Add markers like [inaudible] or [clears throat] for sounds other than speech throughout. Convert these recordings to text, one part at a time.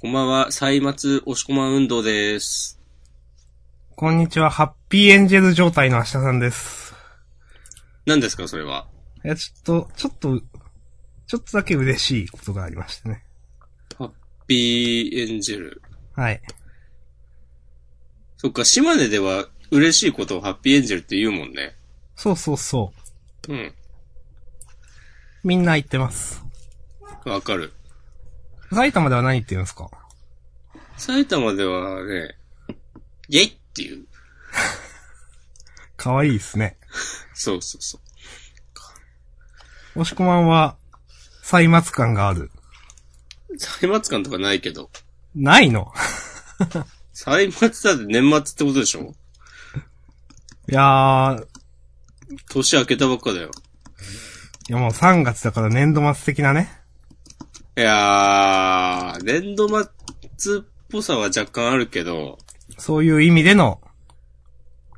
こんばんは、歳末押し込まん運動です。こんにちは、ハッピーエンジェル状態の明日さんです。何ですか、それは。いや、ちょっと、ちょっと、ちょっとだけ嬉しいことがありましてね。ハッピーエンジェル。はい。そっか、島根では嬉しいことをハッピーエンジェルって言うもんね。そうそうそうん。う。みんな言ってます。わかる。埼玉では何言ってるんですか埼玉ではね、イェイっていう。かわいいですね。そうそうそう。押し込まんは、歳末感がある。歳末感とかないけど。ないの歳末だって年末ってことでしょいやー、年明けたばっかだよ。いやもう3月だから年度末的なね。いやー、年度末っぽさは若干あるけど、そういう意味での、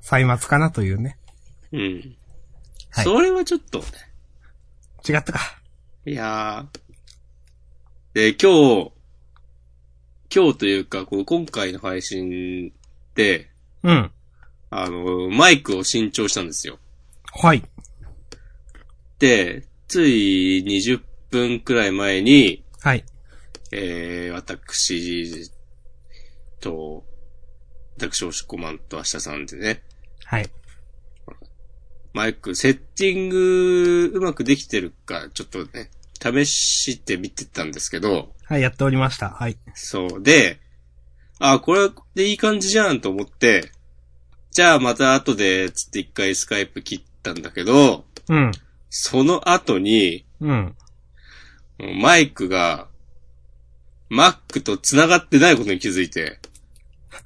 歳末かなというね。うん。はいそれはちょっとね。違ったか。いやー。で、今日、今日というか、こう今回の配信で、うん。あの、マイクを新調したんですよ。はい。で、つい20分くらい前に、はい。えー、私と、私、おしこまんと明日さんでね、はい。マイク、セッティングうまくできてるか、ちょっとね、試してみてたんですけど、はい、やっておりました。はい。そう。で、あ、これでいい感じじゃんと思って、じゃあまた後で、つって一回スカイプ切ったんだけど、うん。その後に、うん。マイクが、Mac と繋がってないことに気づいて、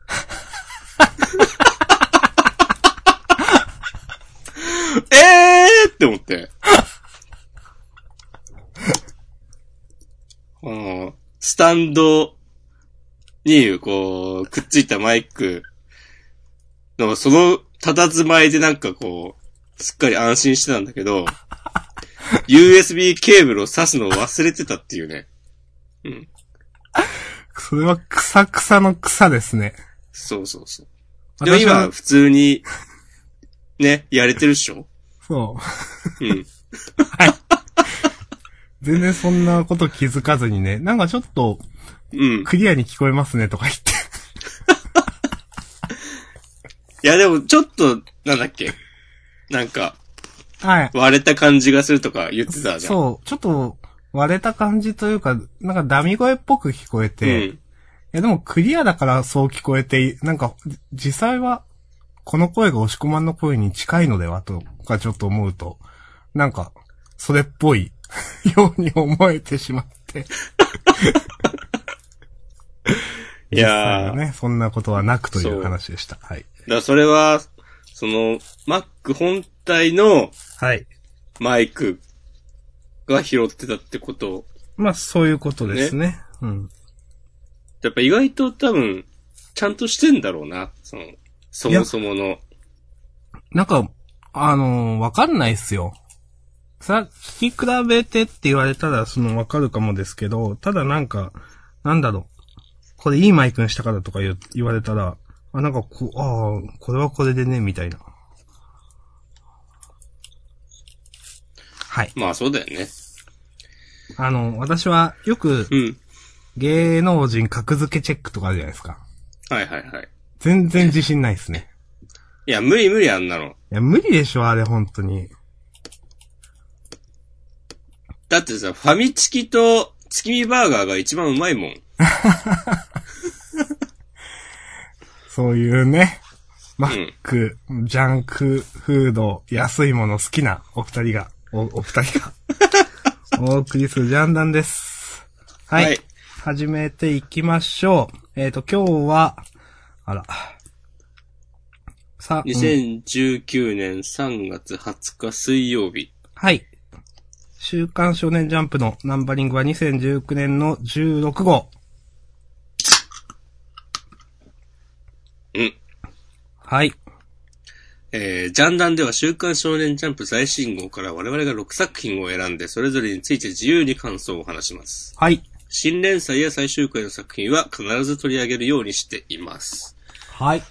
[laughs] えーって思って。この、スタンドに、こう、くっついたマイクの、その、佇まいでなんかこう、すっかり安心してたんだけど、USB ケーブルを挿すのを忘れてたっていうね。うん。それは草草の草ですね。そうそうそう。でも今、は普通に、ね、やれてるっしょそう。うん。全然そんなこと気づかずにね、なんかちょっとうん。クリアに聞こえますねとか言って。いや、でも、ちょっと、なんだっけ。なんか、はい。割れた感じがするとか言ってたじゃん。そう、ちょっと割れた感じというか、なんかダミ声っぽく聞こえうて、いん。やでもクリアだからそう聞こえて、なんかじ実際はこの声が押し込まんの声に近いのではとかちょっと思うと、なんかそれっぽい [laughs] ように思えてしまって。いやー実際はね、そんなことはなくといそうう話でした。はい。だからそれは、その、Mac 本体のはい。マイクが拾ってたってこと。まあ、そういうことですね。うん。やっぱ意外と多分、ちゃんとしてんだろうな。その、そもそもの。なんか、あのーわかんないっすよ。さ、聞き比べてって言われたら、その、わかるかもですけど、ただなんか、なんだろう。これいいマイクにしたからとか言う言われたら、あ、なんかこう、ああ、これはこれでね、みたいな。はい。まあそうだよね。あの、私は、よく、うん。芸能人格付けチェックとかあるじゃないですか。はいはいはい。全然自信ないっすね。いや、無理無理あんなの。いや、無理でしょ、あれ、本当に。だってさ、ファミチキと月見バーガーが一番うまいもん。そういうね、マんック、ジャンクフード、安いもの好きなお二人が、お、お二人 [laughs] が、お送りするジャンダンです。はい。はい始めていきましょう。えっ、と、今日は、あら。さ、うん2019年3月20日水曜日。はい。週刊少年ジャンプのナンバリングは2019年の16号。うん。はい。えー、ジャンダンでは週刊少年ジャンプ最新号から我々が6作品を選んで、それぞれについて自由に感想を話します。はい。新連載や最終回の作品は必ず取り上げるようにしています。はい。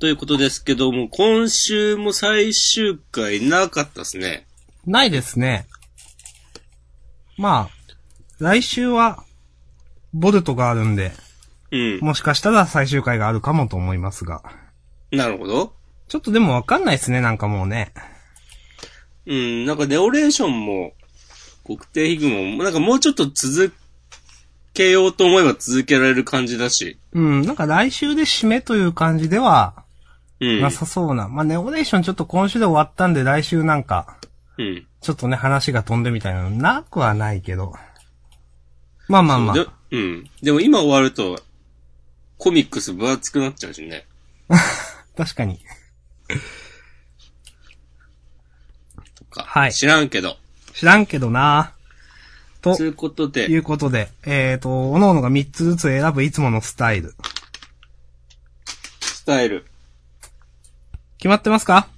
ということですけども、今週も最終回なかったですね。ないですね。まあ、来週は、ボルトがあるんで、うん。もしかしたら最終回があるかもと思いますが。なるほど。ちょっとでもわかんないですね、なんかもうね。うん、なんかネオレーションも、国定ヒグモも、なんかもうちょっと続けようと思えば続けられる感じだし。うん、なんか来週で締めという感じでは、うんな。さそうな。まあ、ネオレーションちょっと今週で終わったんで、来週なんか、うん。ちょっとね、話が飛んでみたいなの、なくはないけど。まあまあまであ。うん。でも今終わると、コミックス分厚くなっちゃうしね。確かに。とか。はい知らんけど。知らんけどなとということでい、うことで、えーと、おののが3つずつ選ぶいつものスタイル。スタイル。決まってますか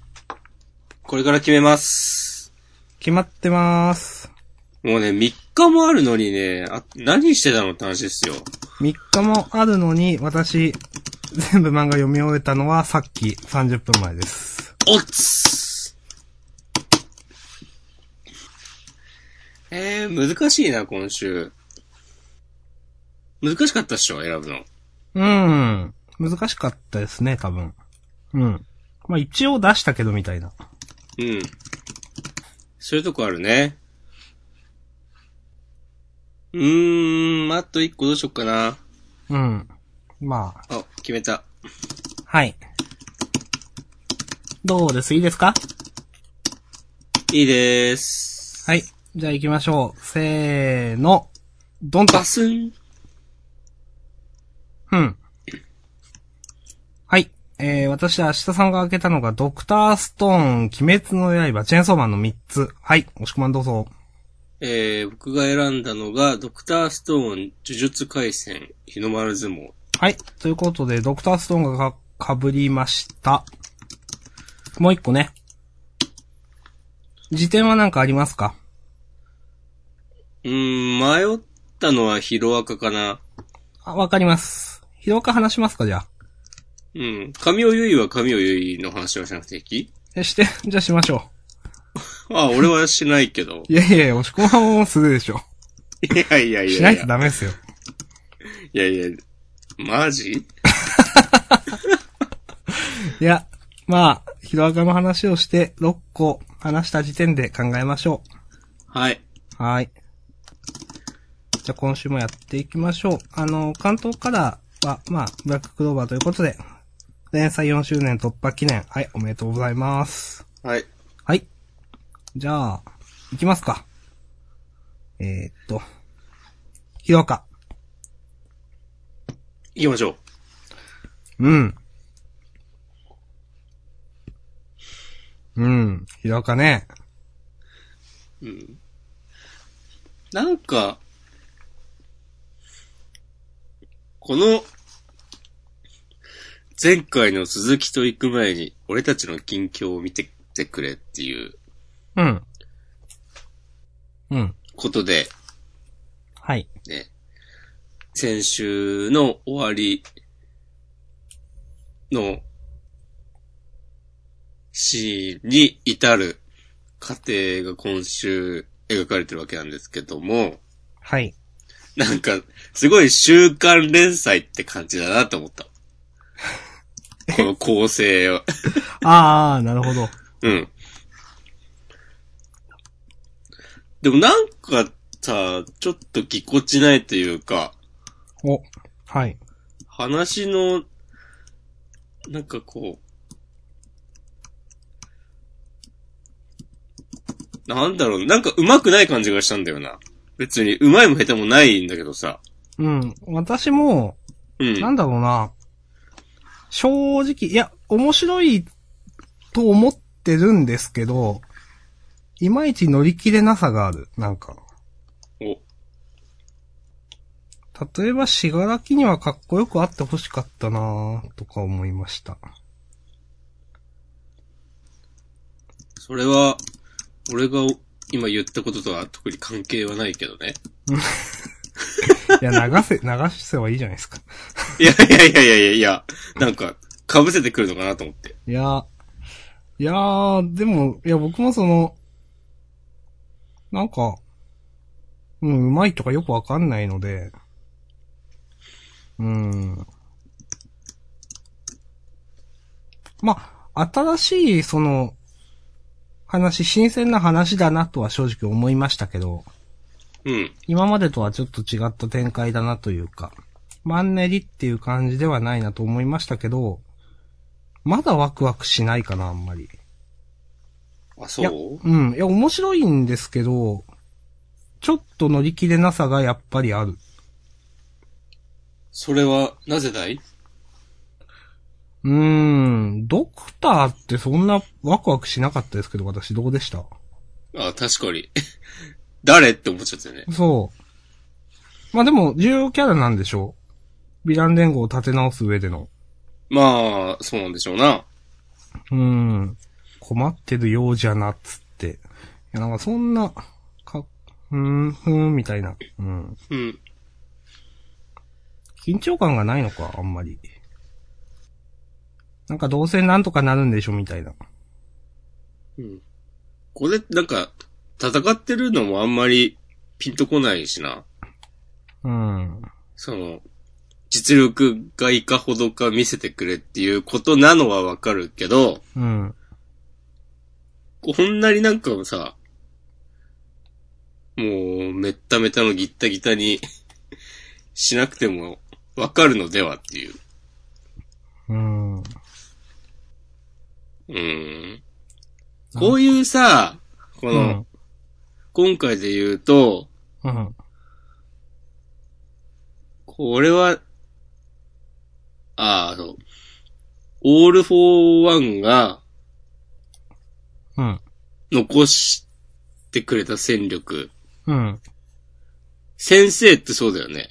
これから決めます。決まってます。もうね、3日もあるのにね、あ何してたのって話ですよ。 3日もあるのに、私、全部漫画読み終えたのはさっき30分前です。おっつえー、難しいな、今週。難しかったっしょ、選ぶの。うーん。難しかったですね、多分。うん。まあ、一応出したけどみたいな。うん。そういうとこあるね。うーん、あと1個どうしよっかな。うん。まあ、あ、決めた。はい。どうですいいですかいいでーす。はい。じゃあ行きましょう。せーの。ドンとバ。スン。うん。はい。えー、私、明日さんが開けたのが、ドクターストーン、鬼滅の刃、チェーンソーマンの3つ。はい。押し込まんどうぞ。えー、僕が選んだのが、ドクターストーン、呪術回戦、日の丸相撲。はい。ということで、ドクターストーンがか、かぶりました。もう一個ね。辞典はなんかありますかうーん、迷ったのはヒロアカかな。あ、わかります。ひどく話しますかじゃあ。うん。神尾結衣は神尾結衣の話はしなくていいえ、して、じゃあしましょあ、俺はしないけどう。。いやいやいや、押し込まんもするでしょ。 [laughs] いやいやいやいや。しないとダメですよ。いやいや。マジいや、まあ、ヒロアカの話をして、6個話した時点で考えましょはい。う。はーい。じゃあ今週もやっていきましょう。あの、関東からは、まあ、ブラッククローバーということで、連載4周年突破記念。はい、おめでとうございます。はい。はい。じゃあ、いきますか。えー、っと、ヒロアカ。行きましょう。うん。うん、ヒロアカね。うん。なんか、この、前回の鈴木と行く前に、俺たちの近況を見ててくれっていううん。うん。ことで、はい。ね、先週の終わりのシーンに至る過程が今週描かれてるわけなんですけども、はい。なんか、すごい週刊連載って感じだなと思った。この構成は。ああ、なるほど。うん。でもなんかさ、ちょっとぎこちないというか、お。はい。話の、なんかこう、なんだろう、なんか上手くない感じがしたんだよな。別に上手いも下手もないんだけどさ。うん。私も、うん。なんだろうな。正直、いや、面白いと思ってるんですけど、いまいち乗り切れなさがある。なんか。お例えば、しがらきにはかっこよくあってほしかったなぁとか思いました。それは、俺が今言ったこととは特に関係はないけどね。いや、流せ、流せばいいじゃないですか。 [laughs] いやいやいやいやいやいや、なんか、被せてくるのかなと思って。いや、いやー、でも、いや、僕もその、なんか、うん、うまいとかよくわかんないので、うん。まあ、新しい、その、話、新鮮な話だなとは正直思いましたけど、うん。今までとはちょっと違った展開だなというか、マンネリっていう感じではないなと思いましたけど、まだワクワクしないかな、あんまり。あ、いや、そううん。いや、面白いんですけど、ちょっと乗り切れなさがやっぱりある。それは、なぜだいうーん。ドクターってそんなワクワクしなかったですけど、私どうでしたあ、確かに。 [laughs] 誰って思っちゃったよね。そう。まあでも、重要キャラなんでしょう。ヴィラン連合を立て直す上での。まあ、そうなんでしょうな。うーん。困ってるようじゃな、つって。いや、なんかそんな、か、うーん、ふーん、みたいな。うん。うん。緊張感がないのか、あんまり。なんかどうせなんとかなるんでしょ、みたいな。うん。これ、なんか、戦ってるのもあんまりピンとこないしな。うん。その、実力がいかほどか見せてくれっていうことなのはわかるけど、うん。こんなになんかさ、もう、めっためたのギッタギタに [laughs] しなくてもわかるのではっていう。うん。うん。こういうさ、こうの、ん。今回で言うと、うん。これは、ああ、そう。オール・フォー・ワンがうん。残してくれた戦力。うん。先生ってそうだよね。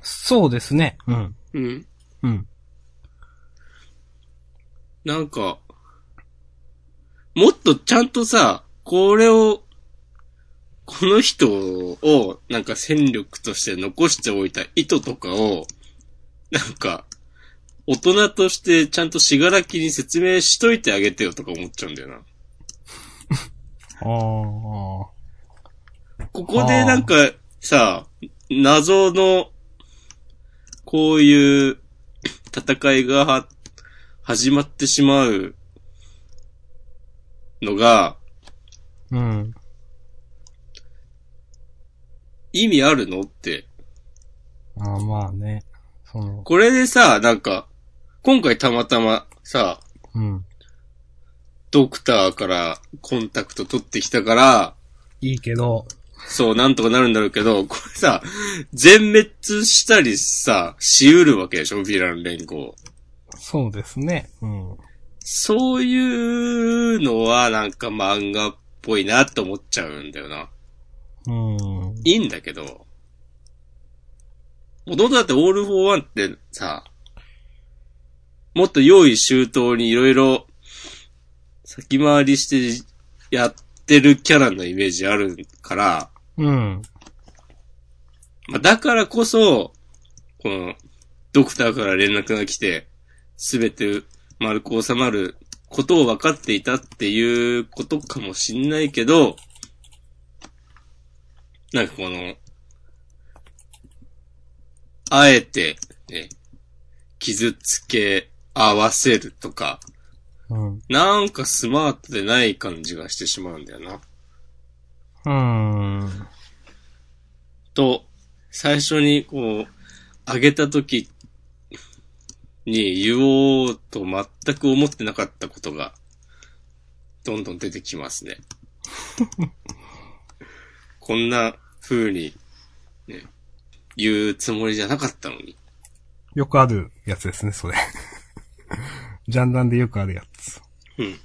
そうですね。うん。うん。うん。なんか、もっとちゃんとさ、これを、この人を、なんか戦力として残しておいた意図とかを、なんか、大人としてちゃんとしがらきに説明しといてあげてよとか思っちゃうんだよな。ああ。ここでなんかさ、謎の、こういう戦いがは始まってしまうのがうん。意味あるのって。ああ、まあね。その、これでさ、なんか、今回たまたまさ、うん。ドクターからコンタクト取ってきたから、いいけど、そう、なんとかなるんだろうけど、これさ、全滅したりさ、しうるわけでしょヴィラン連合。そうですね。うん。そういうのはなんか漫画っぽいなって思っちゃうんだよな。うん。いいんだけど。もともとだってオール・フォー・ワンってさ、もっと用意周到にいろいろ先回りしてやってるキャラのイメージあるから、うん。まあ、だからこそ、この、ドクターから連絡が来て、すべて丸く収まることを分かっていたっていうことかもしんないけど、なんかこの、あえて、ね、傷つけ合わせるとか、うん。なんかスマートでない感じがしてしまうんだよな。うん。と、最初にこう、上げた時に言おうと全く思ってなかったことが、どんどん出てきます [laughs] ね。こんな風に、ね、言うつもりじゃなかったのに。よくあるやつですね、それ。 [laughs] ジャンダンでよくあるやつ。うん。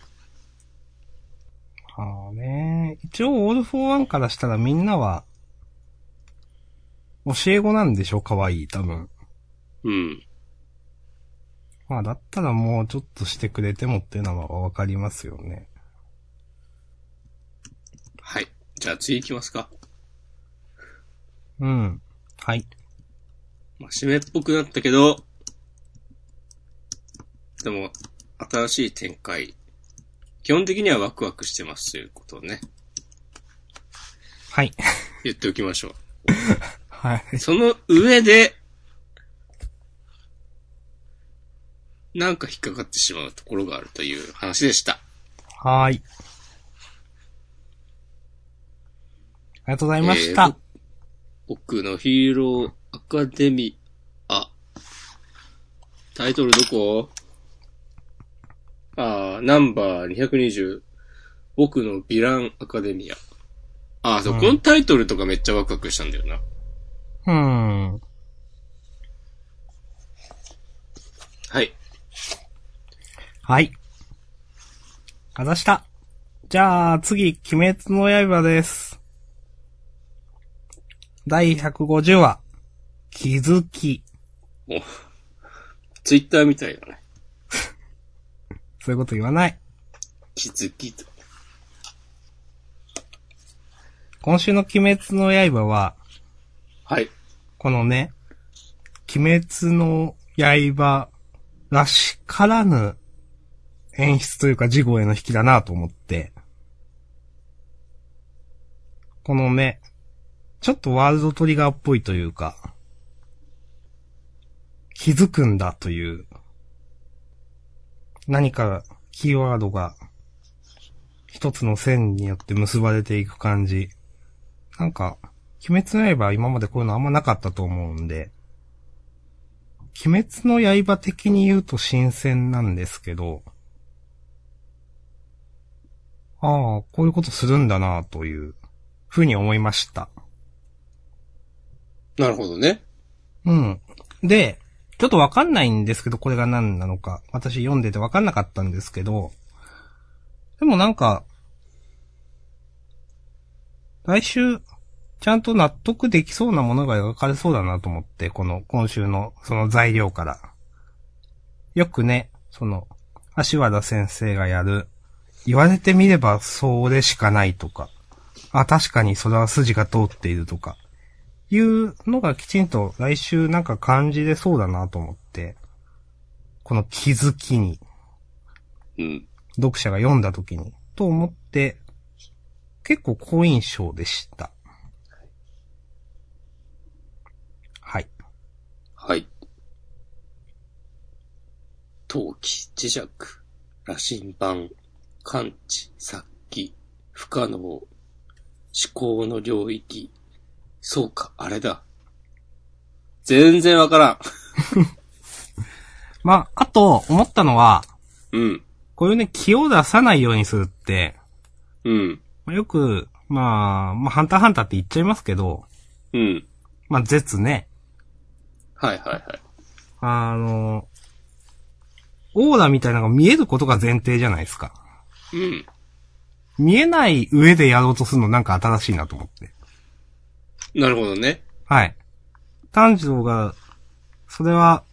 ああね。一応、オールフォーワンからしたらみんなは、教え子なんでしょ、可愛い、多分。うん。まあ、だったらもうちょっとしてくれてもっていうのはわかりますよね。はい。じゃあ次行きますか。うん。はい。まあ、湿っぽくなったけど、でも、新しい展開。基本的にはワクワクしてますということをね、はい。言っておきましょはい。う。その上で、なんか引っかかってしまうところがあるという話でした。はーい。ありがとうございました。えーぼ僕のヒーローアカデミア。タイトルどこああ、ナンバー220。僕のヴィランアカデミア。ああ、そう、うんこのタイトルとかめっちゃワクワクしたんだよな。うん。はい。はい。あざした。じゃあ、次、鬼滅の刃です。第150話、気づき。もう、ツイッターみたいだね。そういうこと言わない。気づきと。今週の鬼滅の刃は、はい。このね、鬼滅の刃らしからぬ演出というか事後への引きだなと思って、このね、ちょっとワールドトリガーっぽいというか、気づくんだという、何かキーワードが一つの線によって結ばれていく感じ。なんか、鬼滅の刃は今までこういうのあんまなかったと思うんで、鬼滅の刃的に言うと新鮮なんですけど、ああ、こういうことするんだなという、ふうに思いました。なるほどね。うん。で、ちょっとわかんないんですけど、これが何なのか。私読んでてわかんなかったんですけど、でもなんか、来週、ちゃんと納得できそうなものが描かれそうだなと思って、この、今週の、その材料から。よくね、その、足原先生がやる、言われてみればそれしかないとか、あ、確かにそれは筋が通っているとか、いうのがきちんと来週なんか感じれそうだなと思って、この気づきに、うん。読者が読んだ時に、と思って、結構好印象でした。はい。はい。陶器、磁石、羅針盤、感知、殺気、不可能、思考の領域。そうか、あれだ。全然わからん。まあ、あと、思ったのは、うん。こういうね、気を出さないようにするって、うん。まあよく、まあ、まあ、ハンターハンターって言っちゃいますけど、うん。まあ、絶ね。はいはいはい。あの、オーラみたいなのが見えることが前提じゃないですか。うん。見えない上でやろうとするのなんか新しいなと思って。なるほどね。はい。炭治郎が、それは、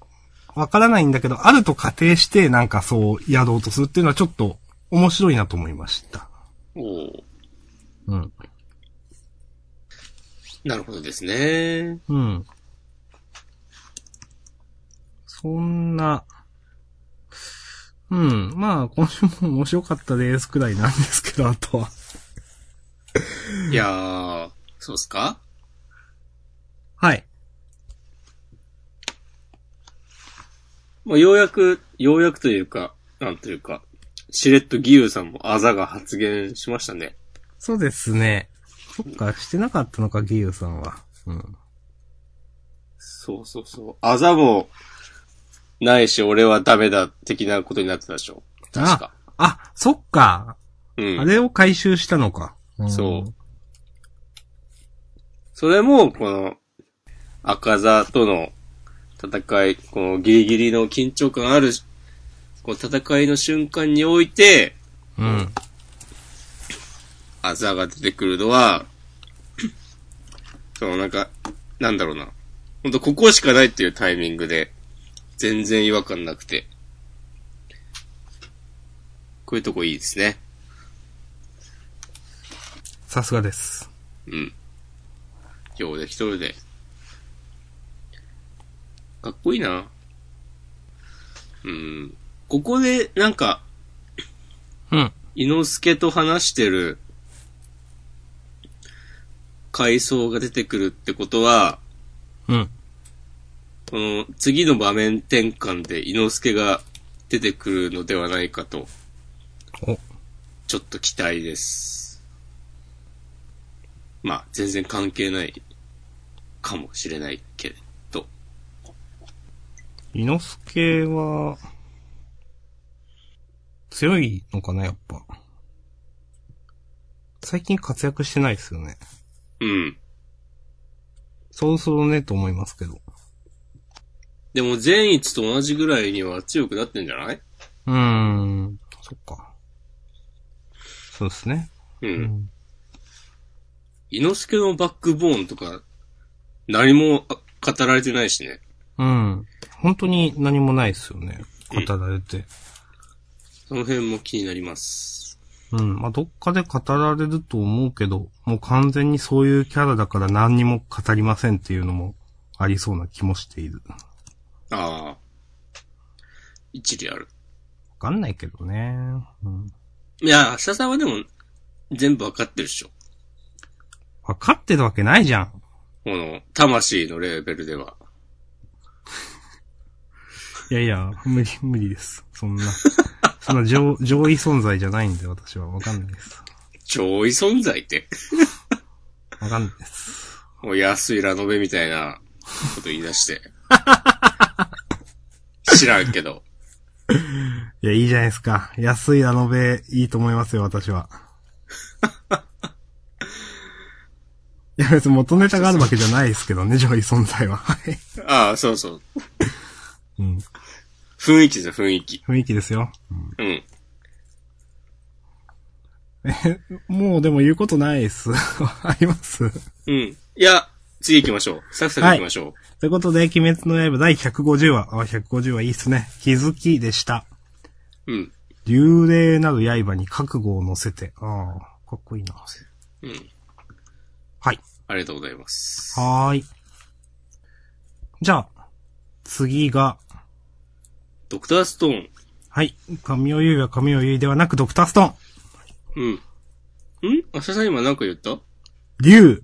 わからないんだけど、あると仮定してなんかそうやろうとするっていうのはちょっと面白いなと思いました。おーうん。なるほどですね。うん。そんな、うん。まあ、今週も面白かったですくらいなんですけど、あとは。いやー、そうっすかはい。まあ、ようやく、ようやくというか、なんというか、しれっと義勇さんもあざが発言しましたね。そうですね。そっか、してなかったのか、義勇さんは。うん。そうそうそう。あざも、ないし、俺はダメだ、的なことになってたでしょ。確か。あ、そっか。うん。あれを回収したのか。うんそう。それも、この、赤座との戦い、このギリギリの緊張感ある、この戦いの瞬間において、うん。あざが出てくるのは、 [clears throat] そのなんか、なんだろうな。ほんと、ここしかないっていうタイミングで、全然違和感なくて。こういうとこいいですね。さすがです。うん。今日で一人で。かっこいいな。うん。ここで、なんか、うん。伊之助と話してる回想が出てくるってことは、うん。この次の場面転換で伊之助が出てくるのではないかと、お、ちょっと期待です。まあ、全然関係ないかもしれないけれど。伊之助は、強いのかな、やっぱ。最近活躍してないですよね。うん。そろそろね、と思いますけど。でも善逸と同じぐらいには強くなってんじゃないうーん、そっか。そうですね。う。。うん伊之助のバックボーンとか、何もあ語られてないしね。うん。本当に何もないですよね。語られて。その辺も気になります。うん。まあ、どっかで語られると思うけど、もう完全にそういうキャラだから何にも語りませんっていうのもありそうな気もしている。わああ。一理ある。かんないけどね。うん。いや、明日さんはでも、全部わかってるでしょ。わかってるわけないじゃん。この、魂のレベルでは。いやいや、無理、無理です。そ [laughs] んな。そんな上、上位存在じゃないんで私はわかんないです。上位存在って。わかんないです。もう安いラノベみたいなこと言い出して。 [laughs] 知らんけど。いや、いいじゃないですか。安いラノベ、いいと思いますよ、私 [laughs] は。いや、別に元ネタがあるわけじゃないですけどね、上位存在は。はい。ああ、そうそう。うん。雰囲気ですよ、雰囲気。雰囲気ですよ。うん。もうでも言うことないです。 [laughs] あります。うん。いや、次行きましょう。サクサク行きましょう。ということで、鬼滅の刃第150話。あ、150話いいっすね。気づきでした。うん。幽霊なる刃に覚悟を乗せて。ああ、かっこいいな。うん。はい。ありがとうございます。はーい。じゃあ、次が、ドクターストーン。はい。神尾優は神尾優ではなく、ドクターストーン。うん。ん明日さん今何か言った竜、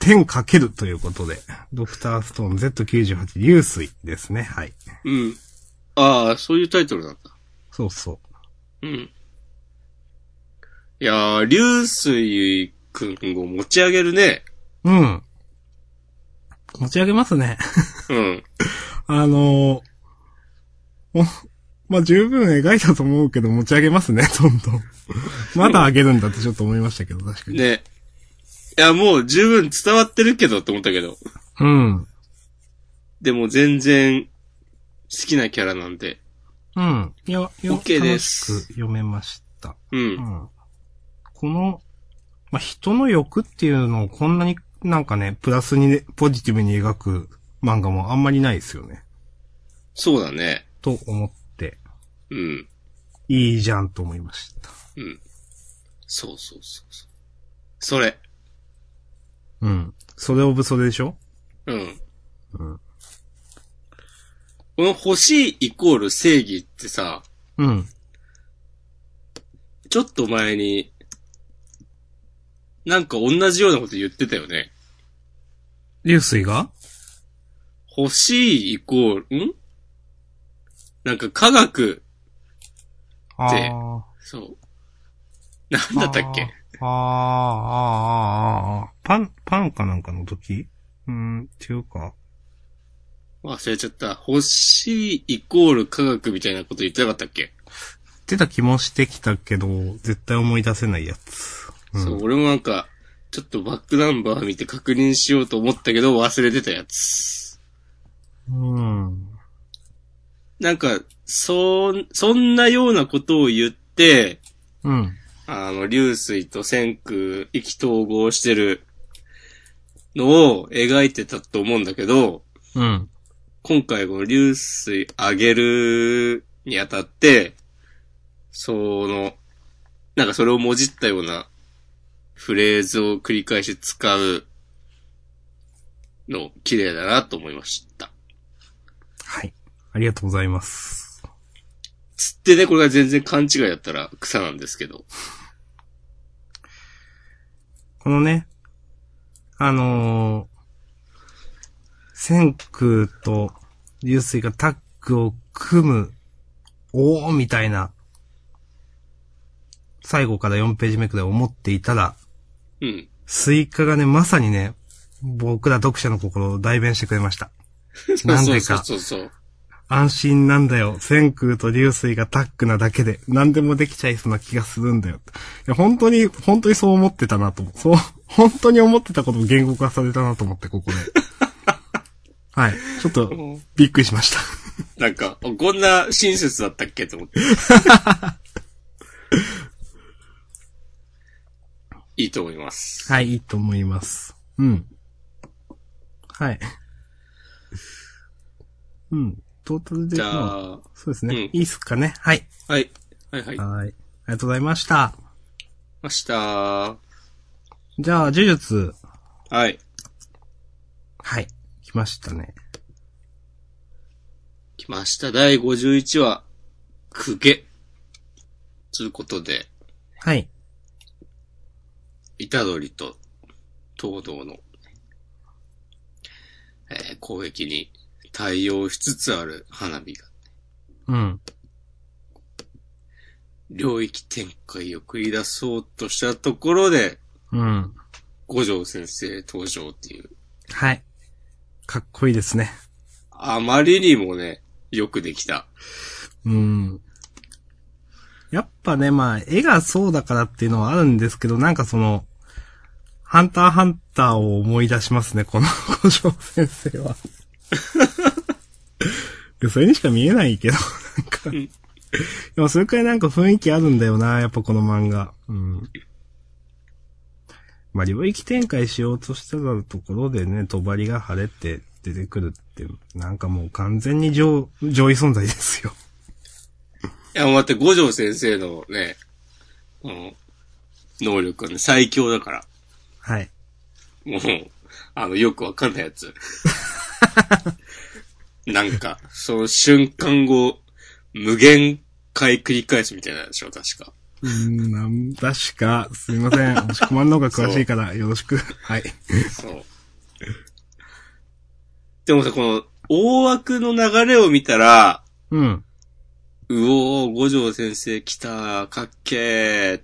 天かけるということで、ドクターストーン Z98 流水ですね。はい。うん。ああ、そういうタイトルなんだ。そうそう。うん。いやー、流水くんを持ち上げるね。うん。持ち上げますね。 [laughs] うん。あのー、おまあ、十分描いたと思うけど、持ち上げますね、 [laughs] どんどん。まだ上げるんだってちょっと思いましたけど、確かに。ね。いや、もう十分伝わってるけどと思ったけど。うん。でも全然好きなキャラなんで。うん。いや、よ OK で楽すしく読めました。う。うんんこの、まあ、人の欲っていうのをこんなになんかね、プラスにね、ポジティブに描く漫画もあんまりないですよね。そうだね。と思って、うん。いいじゃんと思いました。うん。そうそうそうそう。それ。うん。袖オブ袖でしょうん。うん。この欲しいイコール正義ってさ、うん。ちょっと前に、なんか同じようなこと言ってたよね。流水が欲しいイコール、んなんか科学、あーでそう。なんだったっけあーあー、あーあー、あーパン、パンかなんかの時うーん、っていうか。忘れちゃった。欲しいイコール科学みたいなこと言ってなかったっけ、出た気もしてきたけど、絶対思い出せないやつ。うん、そう、俺もなんか、ちょっとバックナンバー見て確認しようと思ったけど忘れてたやつ。うん。なんか、そん、そんなようなことを言って、うん。あの、流水と千空、意気統合してるのを描いてたと思うんだけど、うん。今回この流水上げるにあたって、その、なんかそれをもじったようなフレーズを繰り返し使うの綺麗だなと思いました。はい。ありがとうございます。つってね、これが全然勘違いだったら草なんですけど。このね、あのー、千空と流水がタッグを組む、おーみたいな、最後から4ページ目くらい思っていたら、うん。スイカがね、まさにね、僕ら読者の心を代弁してくれました。なんでかそうそうそうそう。安心なんだよ。千空と流水がタッグなだけで、何でもできちゃいそうな気がするんだよ。いや、本当に、本当にそう思ってたなと思う。そう、本当に思ってたことを言語化されたなと思って、 [laughs] ここで。はい。ちょっと、びっくりしました。なんか、あこんな親切だったっけと思 [laughs] って。いいと思います。はい、いいと思います。うん。はい。うん。トータルで、じゃまあ、あ、そうですね。うんいいっすかね。はい。はい。はいはい。はい。ありがとうございました。ました。はじゃあ、呪術。い。はい。来ましたね。来ました。第51話、くげ。ということで、はい。イタドリと東堂の、えー攻撃に対応しつつある花火が、うん。領域展開を繰り出そうとしたところで、うん。五条先生登場っていう、はい。かっこいいですね。あまりにもね、よくできた。うん。やっぱね、まあ、絵がそうだからっていうのはあるんですけど、なんかその、ハンターハンターを思い出しますね、この [laughs] 五条先生は。 [laughs] いやそれにしか見えないけど、なんか。んでもそれくらいなんか雰囲気あるんだよな、やっぱこの漫画。うん。まあ、領域展開しようとしてたところでね、帳が晴れて出てくるって、なんかもう完全に上、上位存在ですよ。いや、待って、五条先生のね、この、能力はね、最強だから。はい。もう、あの、よくわかんないやつ。 [laughs] なんか、その瞬間を、無限回繰り返すみたいなんでしょ、確か。うーん、なんだしか、すいません。 [laughs] 押し込まんの方が詳しいから、よろしく。はい。そう。でもさ、この、大枠の流れを見たら、うん。うおー、五条先生来た、かっけー、っ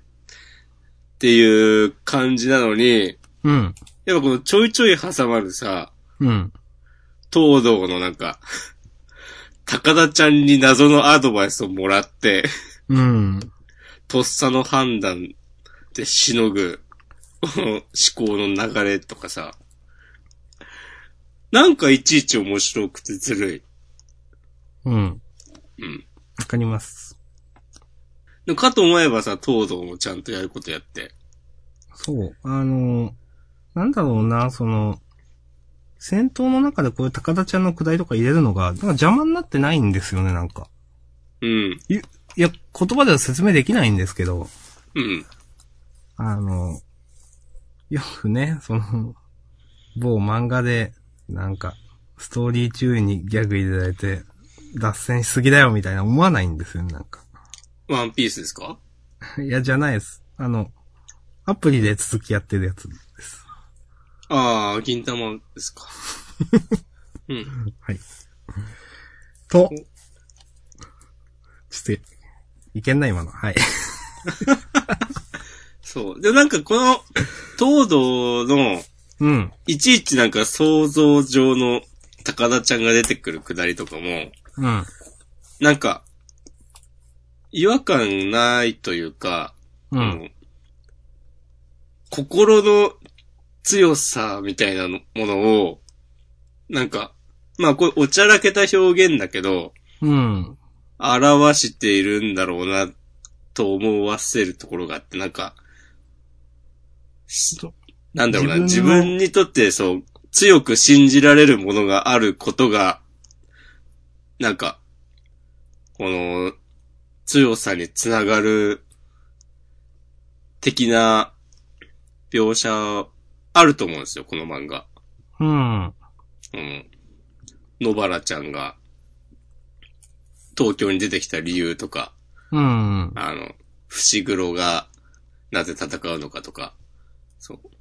ていう感じなのに、うん。やっぱこのちょいちょい挟まるさ、うん。東堂のなんか、高田ちゃんに謎のアドバイスをもらって、うん。とっさの判断でしのぐ、この思考の流れとかさ、なんかいちいち面白くてずるい。うん。うん。わかります。でもかと思えばさ、東堂もちゃんとやることやって。そう。あの、なんだろうな、その、戦闘の中でこういう高田ちゃんの下りとか入れるのが、なんか邪魔になってないんですよね、なんか。うん。いいや、言葉では説明できないんですけど、うん。あの、よくね、その、某漫画で、なんか、ストーリー中にギャグ入れられて、脱線しすぎだよみたいな思わないんですよね、なんか。 [laughs] ワンピースですかいや、じゃないです。あの、アプリで続きやってるやつです。ああ、銀玉ですか。うん。はい。と、ちょっと、いけんな、今の。はい。 [laughs] そう。で、なんかこの、東堂の、うん。いちいちなんか想像上の高田ちゃんが出てくるくだりとかも、うん。なんか、違和感ないというか、うあん。の心の強さみたいなのものを、なんか、まあこれおちゃらけた表現だけど、うん。表しているんだろうな、と思わせるところがあって、なんか、しそうなんだろうな、自自分の分にとってそう、強く信じられるものがあることが、なんか、この、強さにつながる、的な、描写、あると思うんですよ、この漫画。うん。うん。野原ちゃんが、東京に出てきた理由とか、うん。あの、伏黒が、なぜ戦うのかとか。そう。だか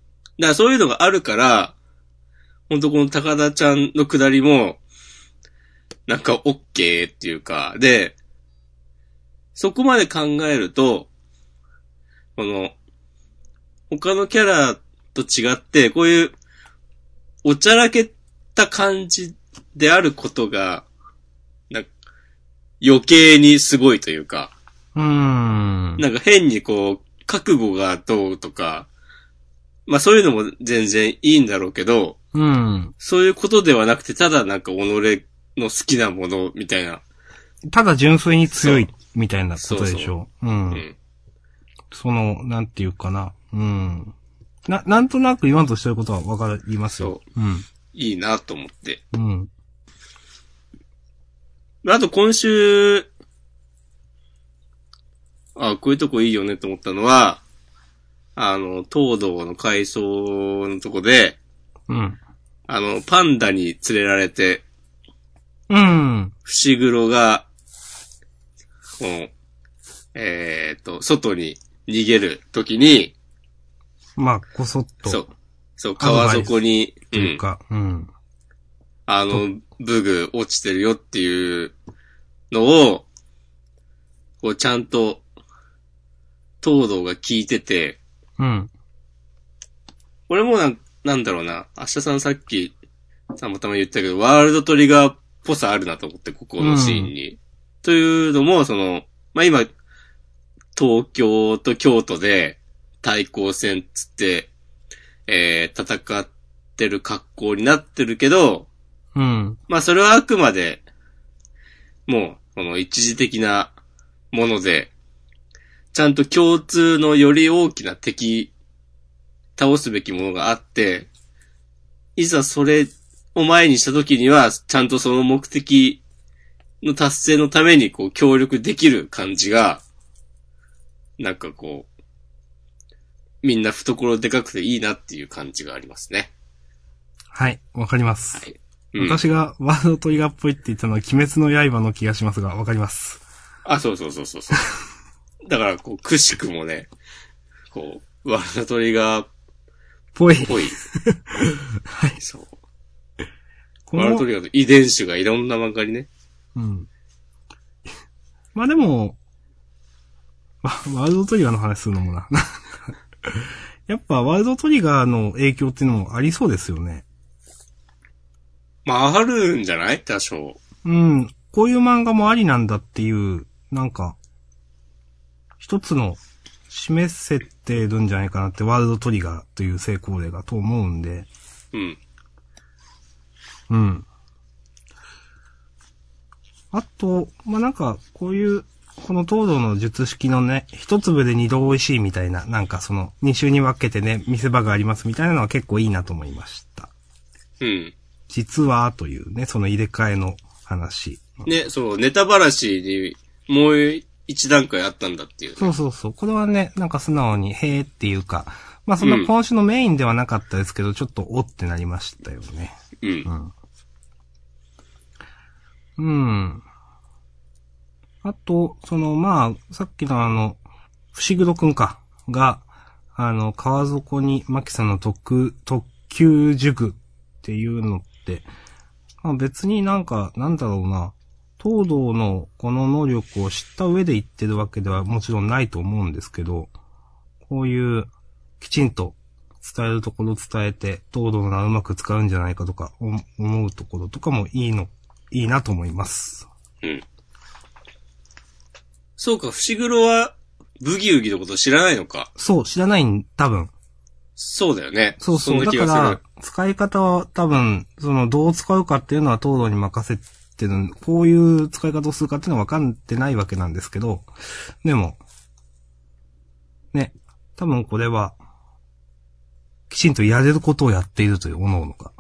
らそういうのがあるから、ほんとこの高田ちゃんのくだりも、なんかオッケーっていうか、で、そこまで考えると、この、他のキャラと違って、こういう、おちゃらけた感じであることが、なんか余計にすごいというか、うん。なんか変にこう、覚悟がどうとか、まあそういうのも全然いいんだろうけど、うん。そういうことではなくて、ただなんか己の好きなものみたいな。ただ純粋に強い、みたいなことでしょう。。うんん。その、なんていうかな。うん。な、なんとなく言わんとしてることはわかりますよ。いいなと思って。う。ん。うん。あと今週、あこういうとこいいよねと思ったのは、あの、東堂の階層のとこで、うん。あの、パンダに連れられて、うん。伏黒が、この、えっ、と、外に逃げるときに、まあ、こそっと。そう、そう、川底に、というか、うん。あの、武具落ちてるよっていうのを、こうちゃんと、東堂が聞いてて、うん。俺もなん、なんだろうな、明日さんさっき、たまたま言ったけど、ワールドトリガーっぽさあるなと思って、ここのシーンに。というのも、その、まあ、今、東京と京都で対抗戦っつって、えー、戦ってる格好になってるけど、うん。まあ、それはあくまで、もう、この一時的なもので、ちゃんと共通のより大きな敵、倒すべきものがあって、いざそれを前にした時には、ちゃんとその目的の達成のために、こう、協力できる感じが、なんかこう、みんな懐でかくていいなっていう感じがありますね。はい、わかります。うん。私がワールドトリガーっぽいって言ったのは鬼滅の刃の気がしますが、わかります。あ、そうそうそうそう [laughs] そう。だから、こう、くしくもね、こう、ワールドトリガーっぽい。ぽい。はい。そう。こワールドトの、リガーの遺伝子がいろんな漫画にね。うん。まあでも、わワールドトリガーの話するのもな。 [laughs] やっぱワールドトリガーの影響っていうのもありそうですよね。まあ、あるんじゃない多少。うん。こういう漫画もありなんだっていう、なんか、一つの示せてるんじゃないかなって、ワールドトリガーという成功例がと思うんで。うん。うん。あと、まあ、なんか、こういう、この東堂の術式のね、一粒で二度美味しいみたいな、なんかその、二週に分けてね、見せ場がありますみたいなのは結構いいなと思いました。うん。実は、というね、その入れ替えの話。ね、そう、ネタばらしに、もう一段階あったんだっていう。そうそうそう。これはね、なんか素直に、へーっていうか、まあ、そんな今週のメインではなかったですけど、ちょっとおってなりましたよね。うん。うん。あと、その、まあ、さっきのあの、伏黒くんか、が、あの、川底に、マキさんの特、特急塾っていうのって、まあ別になんか、なんだろうな、東堂のこの能力を知った上で言ってるわけではもちろんないと思うんですけど、こういう、きちんと伝えるところ伝えて、東堂ならうまく使うんじゃないかとか、お思うところとかもいいの、いいなと思います。うん。そうか、伏黒は、ブギウギのこと知らないのか。そう、知らないん、多分。そうだよね。そうそんう。なだ気かがするら、使い方は多分、その、どう使うかっていうのは東堂に任せてる、こういう使い方をするかっていうのは分かってないわけなんですけど、でも、ね、多分これは、きちんとやれることをやっているという、おののが、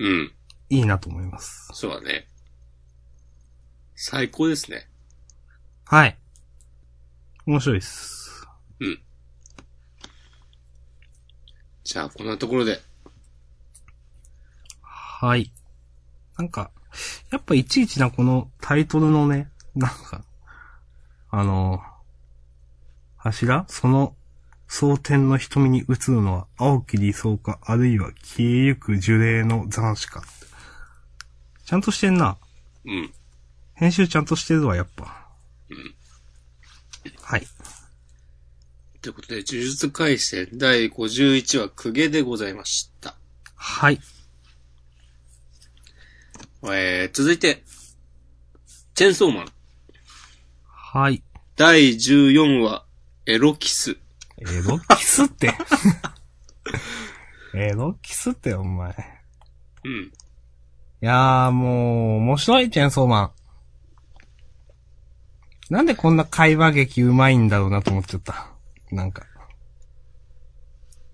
うん。いいなと思います。そうだね。最高ですね。はい。面白いです。うん。じゃあ、こんなところで。はい。なんか、やっぱいちいちなこのタイトルのね、なんか、あの、柱その、蒼天の瞳に映るのは、青き理想か、あるいは消えゆく呪霊の残しか。ちゃんとしてんな。うん。編集ちゃんとしてるわ、やっぱ。はい。ということで、呪術回戦第51話、公家でございました。はい。えー、続いて、チェンソーマンはい。第14話、エロキス。エロキスって。エロキスって、お前。いうん。やー、もう、面白い、チェーンソーマン。なんでこんな会話劇うまいんだろうなと思っちゃった。なんか。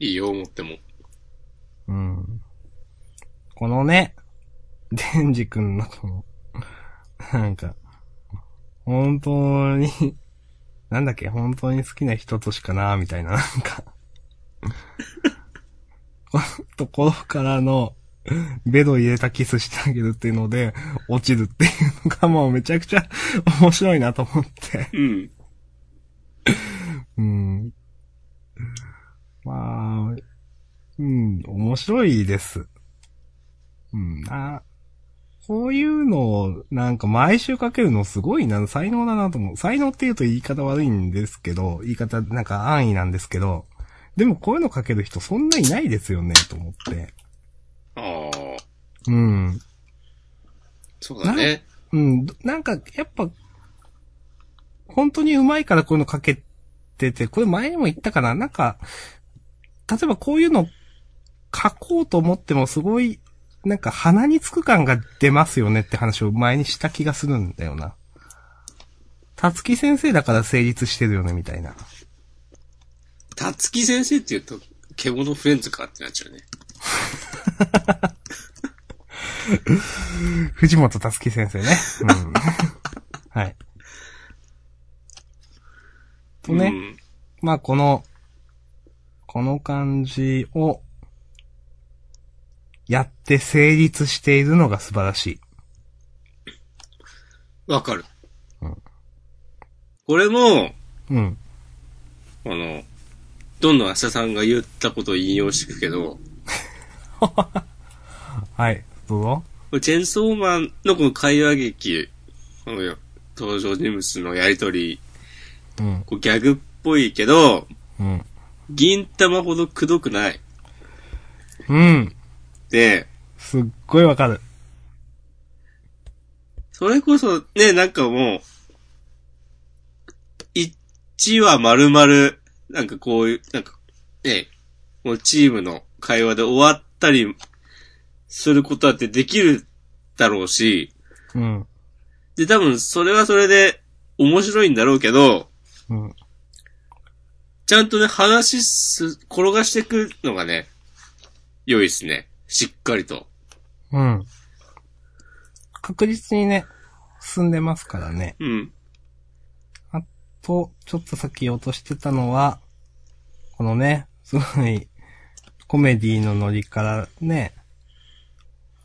いいよ、思っても。うん。このね、デンジ君のこの、なんか、本当に、なんだっけ、本当に好きな人としかな、みたいな、なんか、このところからの、ベロ入れたキスしてあげるっていうので、落ちるっていうのがもうめちゃくちゃ面白いなと思って。うん。うん。まあ、うん、面白いです。うん、あ、こういうのを、なんか毎週かけるのすごいな、才能だなと思う。才能って言うと言い方悪いんですけど、言い方なんか安易なんですけど、でもこういうのかける人そんないないですよね、と思って。ああ、うん。そうだね。うん、どなんか、やっぱ、本当にうまいからこういうのかけてて、これ前にも言ったかななんか、例えばこういうの書こうと思ってもすごい、なんか鼻につく感が出ますよねって話を前にした気がするんだよな。たつき先生だから成立してるよね、みたいな。たつき先生って言うと、獣フレンズかってなっちゃうね。藤本たつき先生ね。うん。 [laughs] はい。とね、うん。まあ、この、この感じを、やって成立しているのが素晴らしい。わかるうん。これも、うん。あの、どんどん明日さんが言ったことを引用していくけど、はい。どうぞ。チェンソーマンのこの会話劇、この登場人物のやりとり、うん。こうギャグっぽいけど、うん。銀玉ほどくどくない。うん。で、すっごいわかる。それこそね、なんかもう、一話丸々、なんかこういう、なんか、ね、もうチームの会話で終わったりすることだってできるだろうし、うん。で、多分それはそれで面白いんだろうけど、うん。ちゃんとね、話す、転がしていくのがね、良いですね。しっかりと。うん。確実にね、進んでますからね。うん。と、ちょっとさっき落としてたのは、このね、すごい、コメディのノリからね、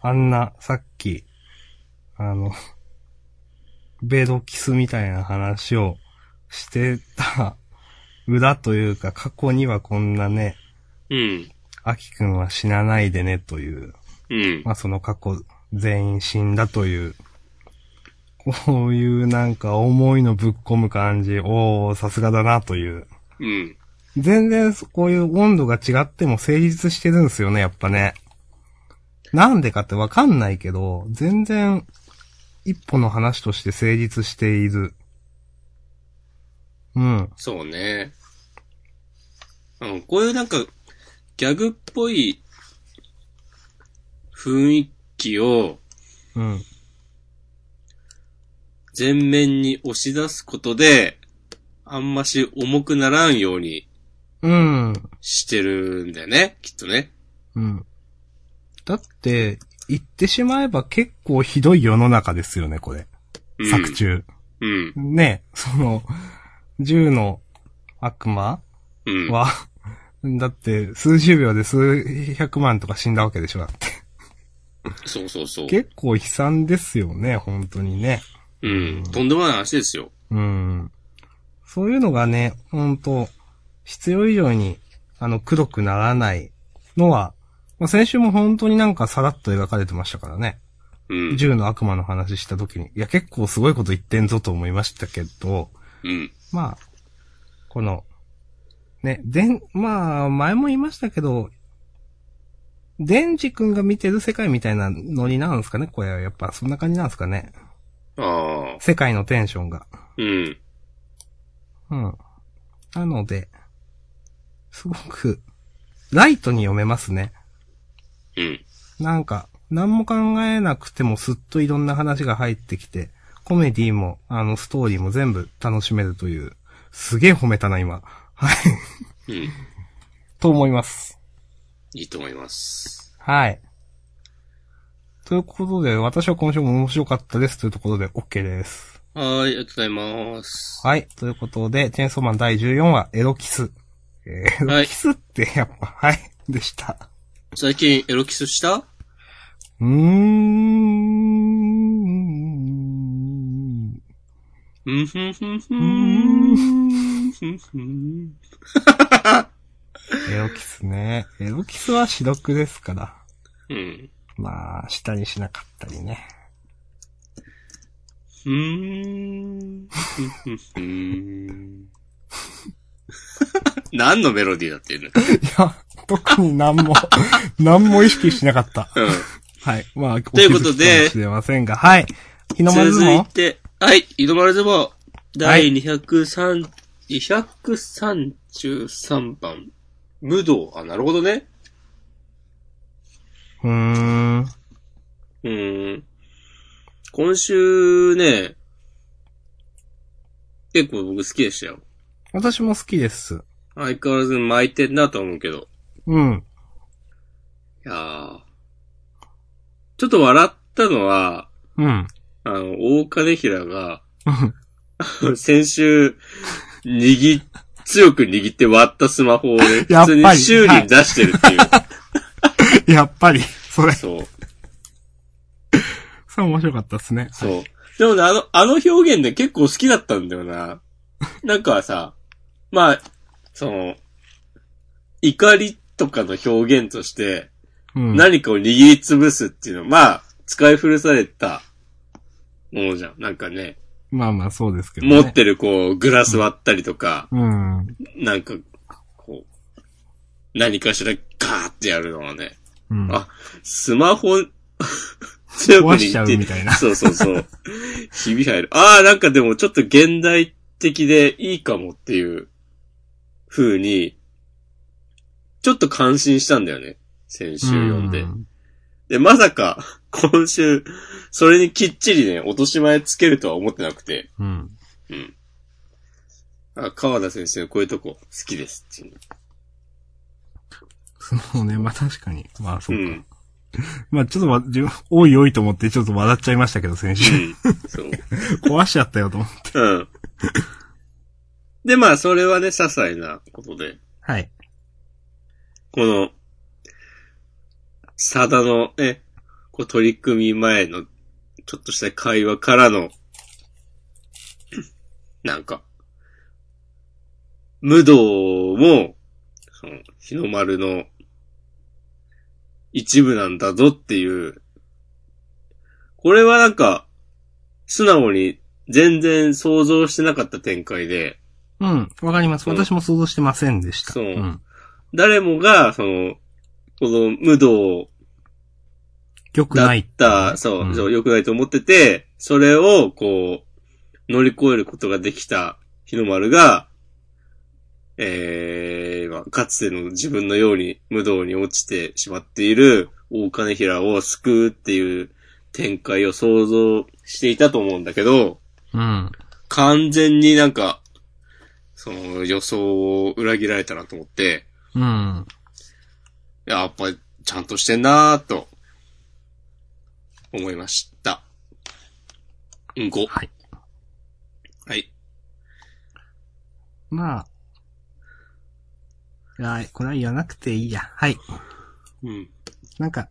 あんな、さっき、あの、ベロキスみたいな話をしてた裏というか、過去にはこんなね、うん。アキくんは死なないでねという、うん。まあその過去全員死んだという、こういうなんか思いのぶっ込む感じ、おー、さすがだなという。うん。全然そこういう温度が違っても成立してるんですよね、やっぱね。なんでかってわかんないけど、全然一歩の話として成立している。うん。そうね。うん、こういうなんか、ギャグっぽい雰囲気をうん。前面に押し出すことで、あんまし重くならんようにうん。してるんだよね、きっとね。うん。だって、言ってしまえば結構ひどい世の中ですよね、これ。うん、作中。うん。ね、その、銃の悪魔うん。は、 [laughs] だって、数十秒で数百万とか死んだわけでしょ、だって。そうそうそう。結構悲惨ですよね、本当にね。うん。とんでもない話ですよ。うん。そういうのがね、本当必要以上に、あの、黒くならないのは、まあ、先週も本当になんかさらっと描かれてましたからね。うん。銃の悪魔の話した時に、いや、結構すごいこと言ってんぞと思いましたけど、うん。まあ、この、ね、でん、まあ、前も言いましたけど、デンジ君が見てる世界みたいなノリなんですかねこれはやっぱそんな感じなんですかねああ。世界のテンションが。うん。うん。なので、すごく、ライトに読めますね。うん。なんか、何も考えなくてもすっといろんな話が入ってきて、コメディも、あの、ストーリーも全部楽しめるという、すげえ褒めたな、今。はい。うん。いと思います。いと思います。はい。ということで、私は今週も面白かったですというところで OK です。はーい、ありがとうございます。はい。ということで、チェーンソーマン第14話、エロキス。えーはいエロキスってやっぱ、はい、でした。最近エロキスしたうーん。うん、ふんふんふうーん。ん。ふんふん。エロキスね。エロキスは視読ですから。うん。まあ、したりしなかったりね。ふん。ふんふんふん。何のメロディーだっていうね。いや、特に何も、 [laughs] 何も意識しなかった。うん。はい。まあ、ということでかもしれませんが、はい。日の丸相続い撲て、はい、井戸丸相撲、第203、233番、無道。あ、なるほどね。うーん。うーん。今週ね、結構僕好きでしたよ。私も好きです。相変わらず巻いてんなとは思うけど。うん。いやーちょっと笑ったのは、うん。あの、大金平が、 [laughs] 先週、握、強く握って割ったスマホをね、 [laughs] や普っぱ通りに修理に出してるっていう。 [laughs] [laughs] やっぱり、それ、そう、それ面白かったですね。そう。でもね、あの、あの表現ね、結構好きだったんだよな。なんかさ、まあ、その、怒りとかの表現として、うん。何かを握りつぶすっていうのは、まあ、使い古されたものじゃん。なんかね、まあまあ、そうですけどね。持ってるこう、グラス割ったりとか、うん。なんか、こう、何かしらガーってやるのはね、うん。あスマホ、強壊しちゃうみたいなそうそうそう。ひび入る。ああ、なんかでもちょっと現代的でいいかもっていう風に、ちょっと感心したんだよね。先週読んで。うんで、まさか、今週、それにきっちりね、落とし前つけるとは思ってなくて、うん。うん。あ、川田先生のこういうとこ好きですっていう。そうね、まあ確かに。まあ、そううか。ん。まあ、ちょっとわ、自分、おいおいと思って、ちょっと笑っちゃいましたけど、先う [laughs] 週。ん。そう。壊しちゃったよと思って。うん。で、まあ、それはね、些細なことで、はい。この、さだのね、こう取り組み前の、ちょっとした会話からの、なんか、武道も、その、日の丸の一部なんだぞっていう、これはなんか、素直に全然想像してなかった展開で、うん。わかりまうす。ん私も想像してませんでした。。そうん誰もが、その、この無道よくだなっい。た、そう、うんそう、良くないと思ってて、それを、こう、乗り越えることができた日の丸が、えー、まあ、かつての自分のように無道に落ちてしまっている大金平を救うっていう展開を想像していたと思うんだけど、うん。完全になんか、その予想を裏切られたなと思って、うん。やっぱりちゃんとしてんなぁと、思いました。うんこ。はい。はい。まあ。いや、これは言わなくていいや。はい。うん。なんか、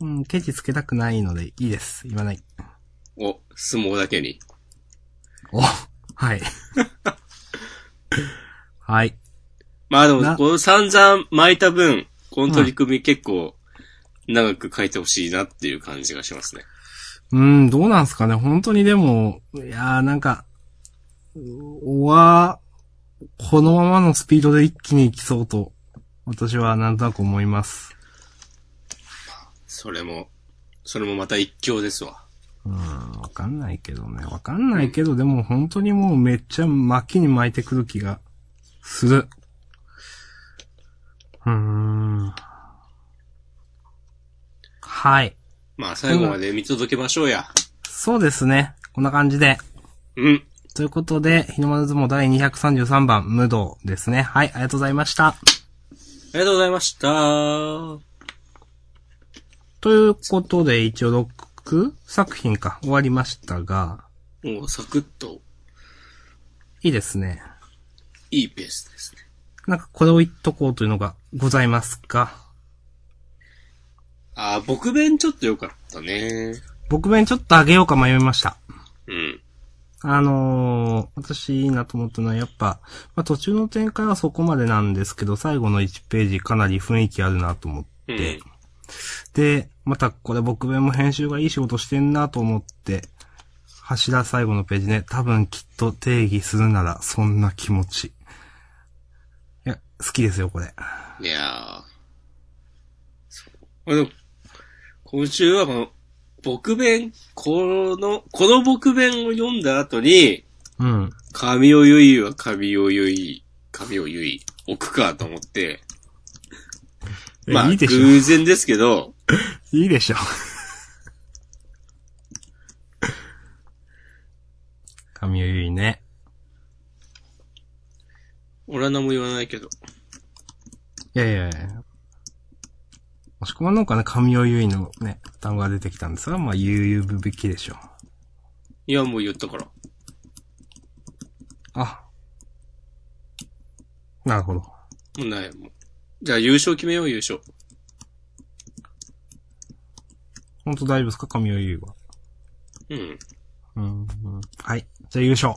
うん、ケチつけたくないのでいいです。言わない。お、相撲だけに。おはい。 [laughs] はい。まあでもな、この散々巻いた分、この取り組み結構長く書いてほしいなっていう感じがしますね。うん、どうなんすかね。本当にでも、いやーなんか、おわ、このままのスピードで一気に行きそうと、私はなんとなく思います。それも、それもまた一興ですわ。うん、わかんないけどね。わかんないけど、でも本当にもうめっちゃ巻きに巻いてくる気がする。うーん。はい。まあ最後まで見届けましょうや。そうですね。こんな感じで。うん。ということで、日の丸相撲第233番、無道ですね。はい、ありがとうございました。ありがとうございました。はということで、一応6作品か、終わりましたが、もうサクッといいですね。いいペースですね。なんかこれを言っとこうというのがございますか。あー、僕弁ちょっと良かったね。僕弁ちょっと上げようか迷いました。うん。あのー、私いいなと思ったのはやっぱ、まあ、途中の展開はそこまでなんですけど、最後の1ページかなり雰囲気あるなと思ってうん。で、またこれ僕弁も編集がいい仕事してんなと思って、柱最後のページね、多分きっと定義するならそんな気持ち。いや、好きですよ、これ。いやー。そう。あの、今週はこの、僕弁、この、この僕弁を読んだ後に、うん。神尾ゆいは神尾ゆい、神尾ゆい、置くかと思って、まあ、いいでしょ。偶然ですけど、いいでしょ。神尾ゆいね。俺は何も言わないけど。いやいやいや。もしくはなんかね、神尾ゆいのね、単語が出てきたんですが、まあ、ゆうぶべきでしょう。いや、もう言ったから。あ。なるほど。もうない、もう。じゃあ優勝決めよう、優勝。本当大丈夫ですか神尾優は。うん。うん、うん。はい。じゃあ優勝。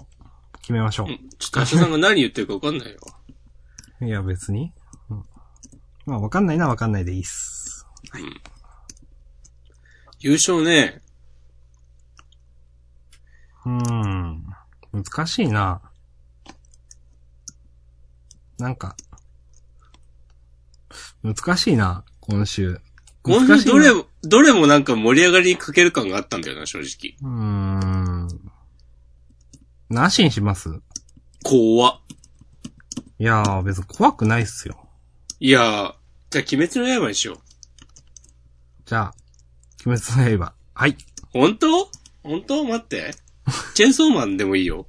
決めましょうんちょっと、明日さんが何言ってるか分かんないよ。う。いや、別に。うん、まあ、わかんないな、わかんないでいいっす。優勝ね、うーん。難しいな。なんか。難しいな、今週。今難週しいなどれも、どれもなんか盛り上がりに欠ける感があったんだよな、正直。うーん。なしにします怖っ。いやー、別に怖くないっすよ。いやー、じゃあ、鬼滅の刃にしよう。じゃあ、鬼滅の刃。はい。本当本当待 [laughs] って。チェンソーマンでもいいよ。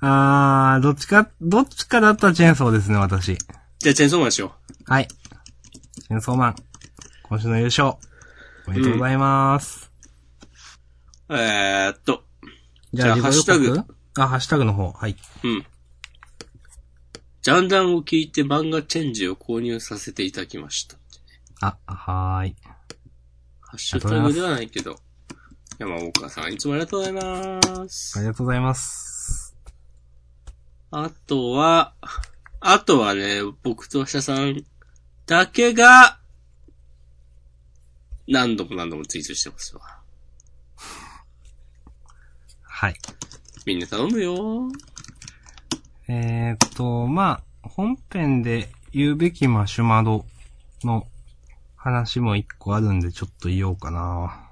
あー、どっちか、どっちかだったらチェーンソーですね、私。じゃあ、チェンソーマンにしよはい。チェーンソーマン。今週の優勝。おめでとうございます。う。えーっと、じゃあ、じゃあ自己予告ハッシュあ、ハッシュタグの方。はい。うん。ジャンダンを聞いて漫画チェンジを購入させていただきました。あ、はーい。ハッシュタグではないけど。山岡さん、いつもありがとうございまありす。がとうございます。あとは、あとはね、僕と社さんだけが、何度も何度もツイートしてますわ。はい。みんな頼むよ。えーっと、まあ、本編で言うべきマシュマロの話も一個あるんで、ちょっと言おうかな。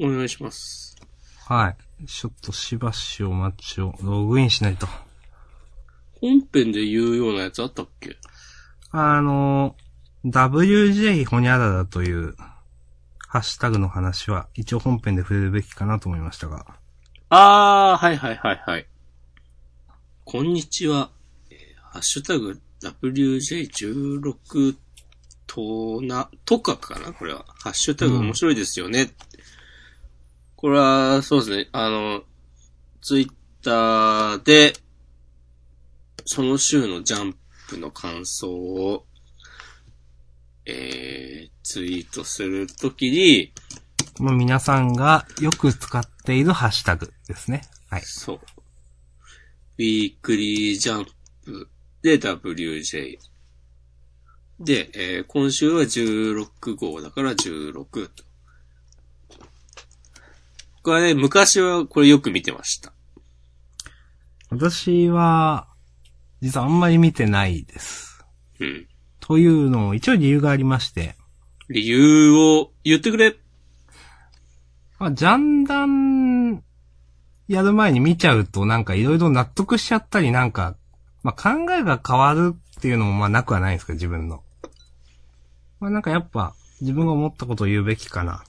お願いします。はい。ちょっとしばしお待ちを、ログインしないと。本編で言うようなやつあったっけあの、WJ ほにゃららという、ハッシュタグの話は、一応本編で触れるべきかなと思いましたが。あー、はいはいはいはい。こんにちは。えーハッシュタグ WJ16 とな、とかかなこれは。ハッシュタグ面白いですよね。これは、そうですね。あの、ツイッターで、その週のジャンプの感想を、えー、ツイートするときに、まあ、皆さんがよく使っているハッシュタグですね。はい。そう。ウィークリージャンプで WJ。で、えー今週は16号だから16と。これね、昔はこれよく見てました。私は、実はあんまり見てないです。うん。というのも、一応理由がありまして、理由を言ってくれ。まあ、ジャンダン、やる前に見ちゃうと、なんかいろいろ納得しちゃったり、なんか、まあ、考えが変わるっていうのも、まあ、なくはないんですけど、自分の。まあ、なんかやっぱ、自分が思ったことを言うべきかな、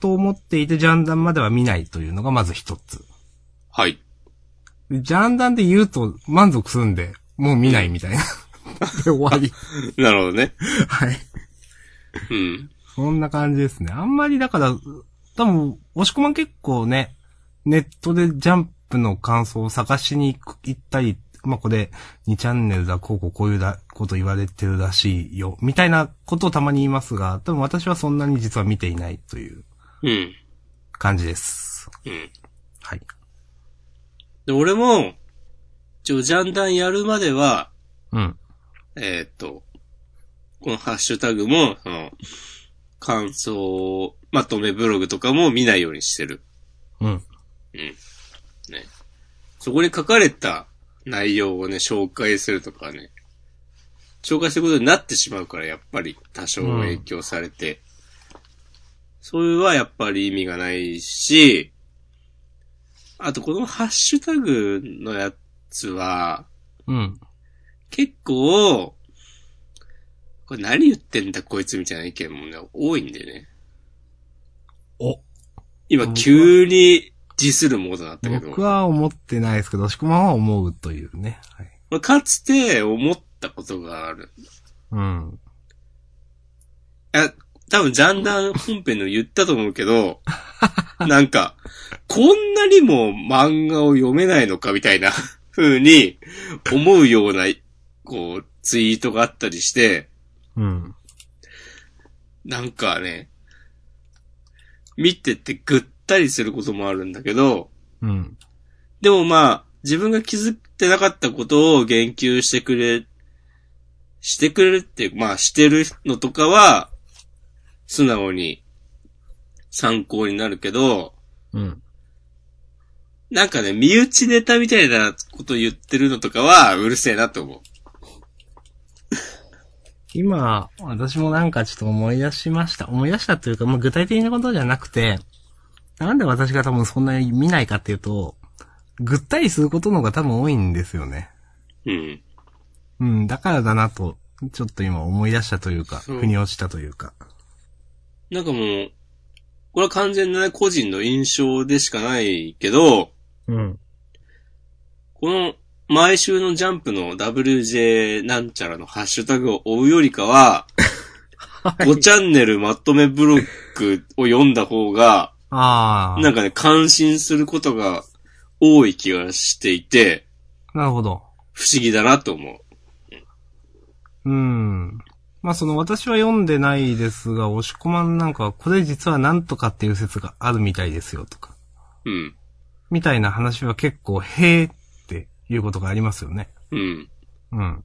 と思っていて、ジャンダンまでは見ないというのが、まず一つ。はい。 [laughs] でジャンダンで言うと満足するんで、もう見ないみたいな。 [laughs] で、終わり。なるほどね。はい。うん。そんな感じですね。あんまりだから、多分、押し込まん結構ね、ネットでジャンプの感想を探しに行く行ったり、まあ、これ、2チャンネルだ、こうこうこういうだこと言われてるらしいよ、みたいなことをたまに言いますが、多分私はそんなに実は見ていないといううん。感じです。うん。はい。で、俺も、一応ジャンダンやるまでは、うん。えーっと、このハッシュタグも、その、感想、まとめブログとかも見ないようにしてる。うん。ね。そこに書かれた内容をね、紹介するとかね、紹介することになってしまうから、やっぱり多少影響されて、それはやっぱり意味がないし、あとこのハッシュタグのやつは、うん。結構、これ何言ってんだこいつみたいな意見もね、多いんだよね。お、今急にディスるモードになったけど。僕は思ってないですけど、押し込まんは思うというね。はい。まあかつて思ったことがある。うん。いや、多分ジャンダン本編でも言ったと思うけ [laughs] ど、なんか、こんなにも漫画を読めないのかみたいな風に思うような、こう、ツイートがあったりして、うん。なんかね、見ててぐったりすることもあるんだけど、うん。でもまあ、自分が気づいてなかったことを言及してくれ、してくれるっていう、まあしてるのとかは、素直に参考になるけど、うん。なんかね、身内ネタみたいなこと言ってるのとかは、うるせえなと思う。今、私もなんかちょっと思い出しました。思い出したというか、まあ、具体的なことじゃなくて、なんで私が多分そんなに見ないかっていうと、ぐったりすることの方が多分多いんですよね。うん。うん、だからだなと、ちょっと今思い出したというか、そう腑に落ちたというか。なんかもう、これは完全なね個人の印象でしかないけど、うん。この毎週のジャンプの WJ なんちゃらのハッシュタグを追うよりかは、5チャンネルまとめブロックを読んだ方が、ああ、なんかね、感心することが多い気がしていて、なるほど。不思議だなと思う。うん。まあその私は読んでないですが、押し込まんなんかは、これ実はなんとかっていう説があるみたいですよとか、うん。みたいな話は結構、へーっていうことがありますよね。うん。うん。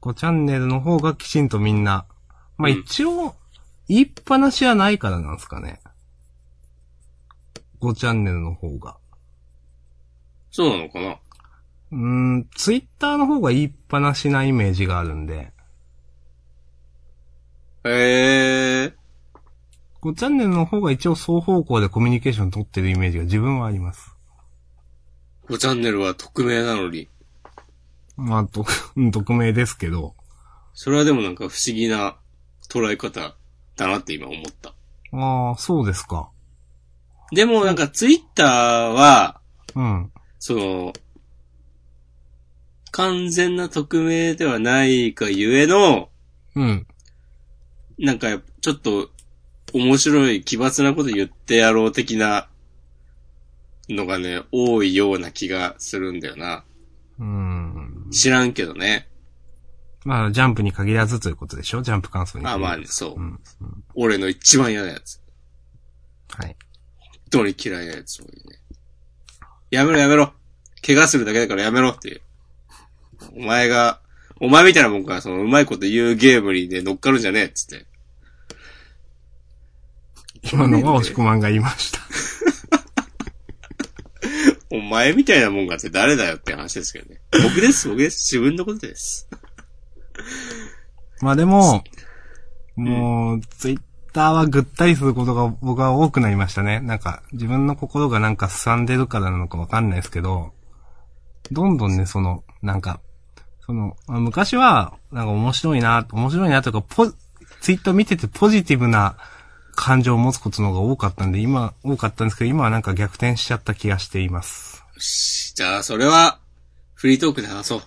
5チャンネルの方がきちんとみんな、まあうん一応、言いっぱなしはないからなんですかね。5チャンネルの方が。そうなのかなうーん、ツイッターの方が言いっぱなしなイメージがあるんで、へえ。 5チャンネルの方が一応双方向でコミュニケーション取ってるイメージが自分はあります。 5チャンネルは匿名なのに、まあ、と、 [laughs] うん匿名ですけど、それはでもなんか不思議な捉え方だなって今思った。ああ、そうですか。でもなんかツイッターは、うん。その、完全な匿名ではないかゆえの、うん。なんか、ちょっと、面白い奇抜なこと言ってやろう的な、のがね、多いような気がするんだよな。うーん。知らんけどね。まあ、ジャンプに限らずということでしょジャンプ感想にあ、限まらあず。、そうう。ん。俺の一番嫌なやつ。はい。どうに嫌いなやつ、そういうね。やめろやめろ。怪我するだけだからやめろっていう。お前が、お前みたいなもんから、その、うまいこと言うゲームにね、乗っかるんじゃねえっ、つって。今のは押し込まんが言いました。お前みたいなもんがって誰だよって話ですけどね。僕です、僕です。自分のことです。まあでも、もう、ツイッターはぐったりすることが僕は多くなりましたね。なんか、自分の心がなんかすさんでるからなのかわかんないですけど、どんどんね、その、なんか、その、あ昔は、なんか面白いな、面白いなというか、ポ、ツイッター見ててポジティブな感情を持つことの方が多かったんで、今、多かったんですけど、今はなんか逆転しちゃった気がしています。よしじゃあ、それは、フリートークで話そう。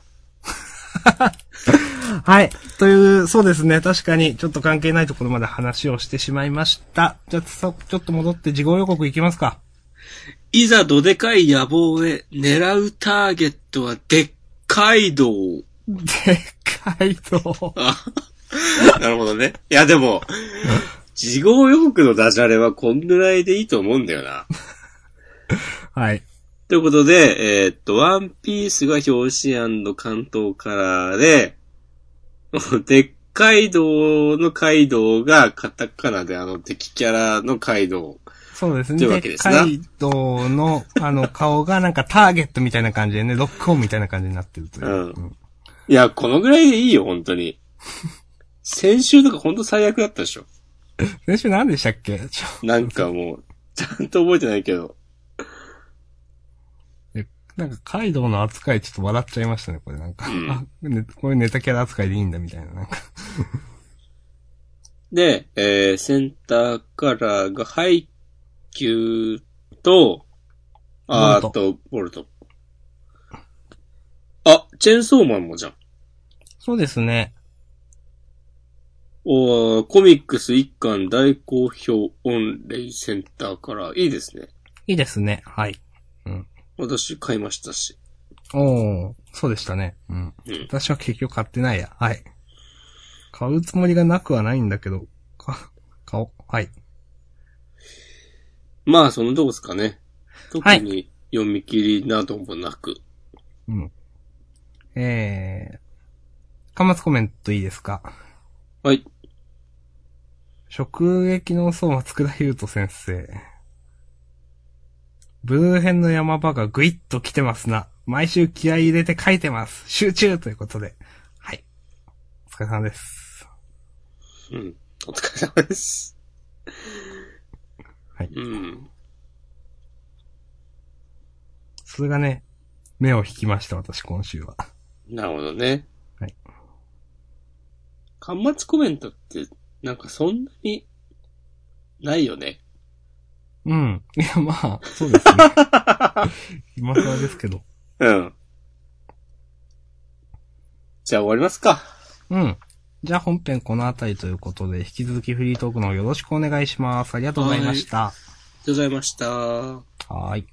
はい。という、そうですね。確かに、ちょっと関係ないところまで話をしてしまいました。じゃあ、さちょっと戻って、事後予告いきますか。いざどでかい野望へ、狙うターゲットはでっかい道。でかいぞ。あなるほどね。いや、でも、事後予告のダジャレはこんぐらいでいいと思うんだよな。はい。ということで、えーっと、ワンピースが表紙関東カラーで、 [laughs] でっかい道のカイドウがカタカナであの敵キャラのカイドウ。そうですとね。いうわけですなかいとの、あの、顔がなんかターゲットみたいな感じでね、ロックオンみたいな感じになってるという。うんいや、このぐらいでいいよ、本当に。先週とか本当最悪だったでしょ。先週何でしたっけちょなんかもう、ちゃんと覚えてないけど。えなんか、カイドウの扱いちょっと笑っちゃいましたね、これなんか。うんあ、 [laughs] ねこういうネタキャラ扱いでいいんだ、みたいな。なんか。で、えー、センターカラーがハイキューと、あボルと、ボルト。あ、チェーンソーマンもじゃん。そうですね。おーコミックス一巻大好評御礼センターカラー。いいですね。いいですね。はい。私買いましたし。おー、そうでしたね。うん。うん私は結局買ってないや。はい。買うつもりがなくはないんだけど、か、買おう。はい。まあ、そのとこですかね。特はいに読み切りなどもなく。うん。えー、端末コメントいいですかはい。直撃の層松倉優斗先生。ブルー編の山場がぐいっと来てますな。毎週気合い入れて書いてます。集中ということで。はい。お疲れ様です。うん。お疲れ様です。はいうん。それがね、目を引きました、私今週は。なるほどね。はい。端末コメントって、なんかそんなに、ないよね。うん。いや、まあ、そうですね。今更ですけど。うん。じゃあ終わりますか。うん。じゃあ本編この辺りということで、引き続きフリートークの方よろしくお願いします。ありがとうございました。ありがとうございました。はーい。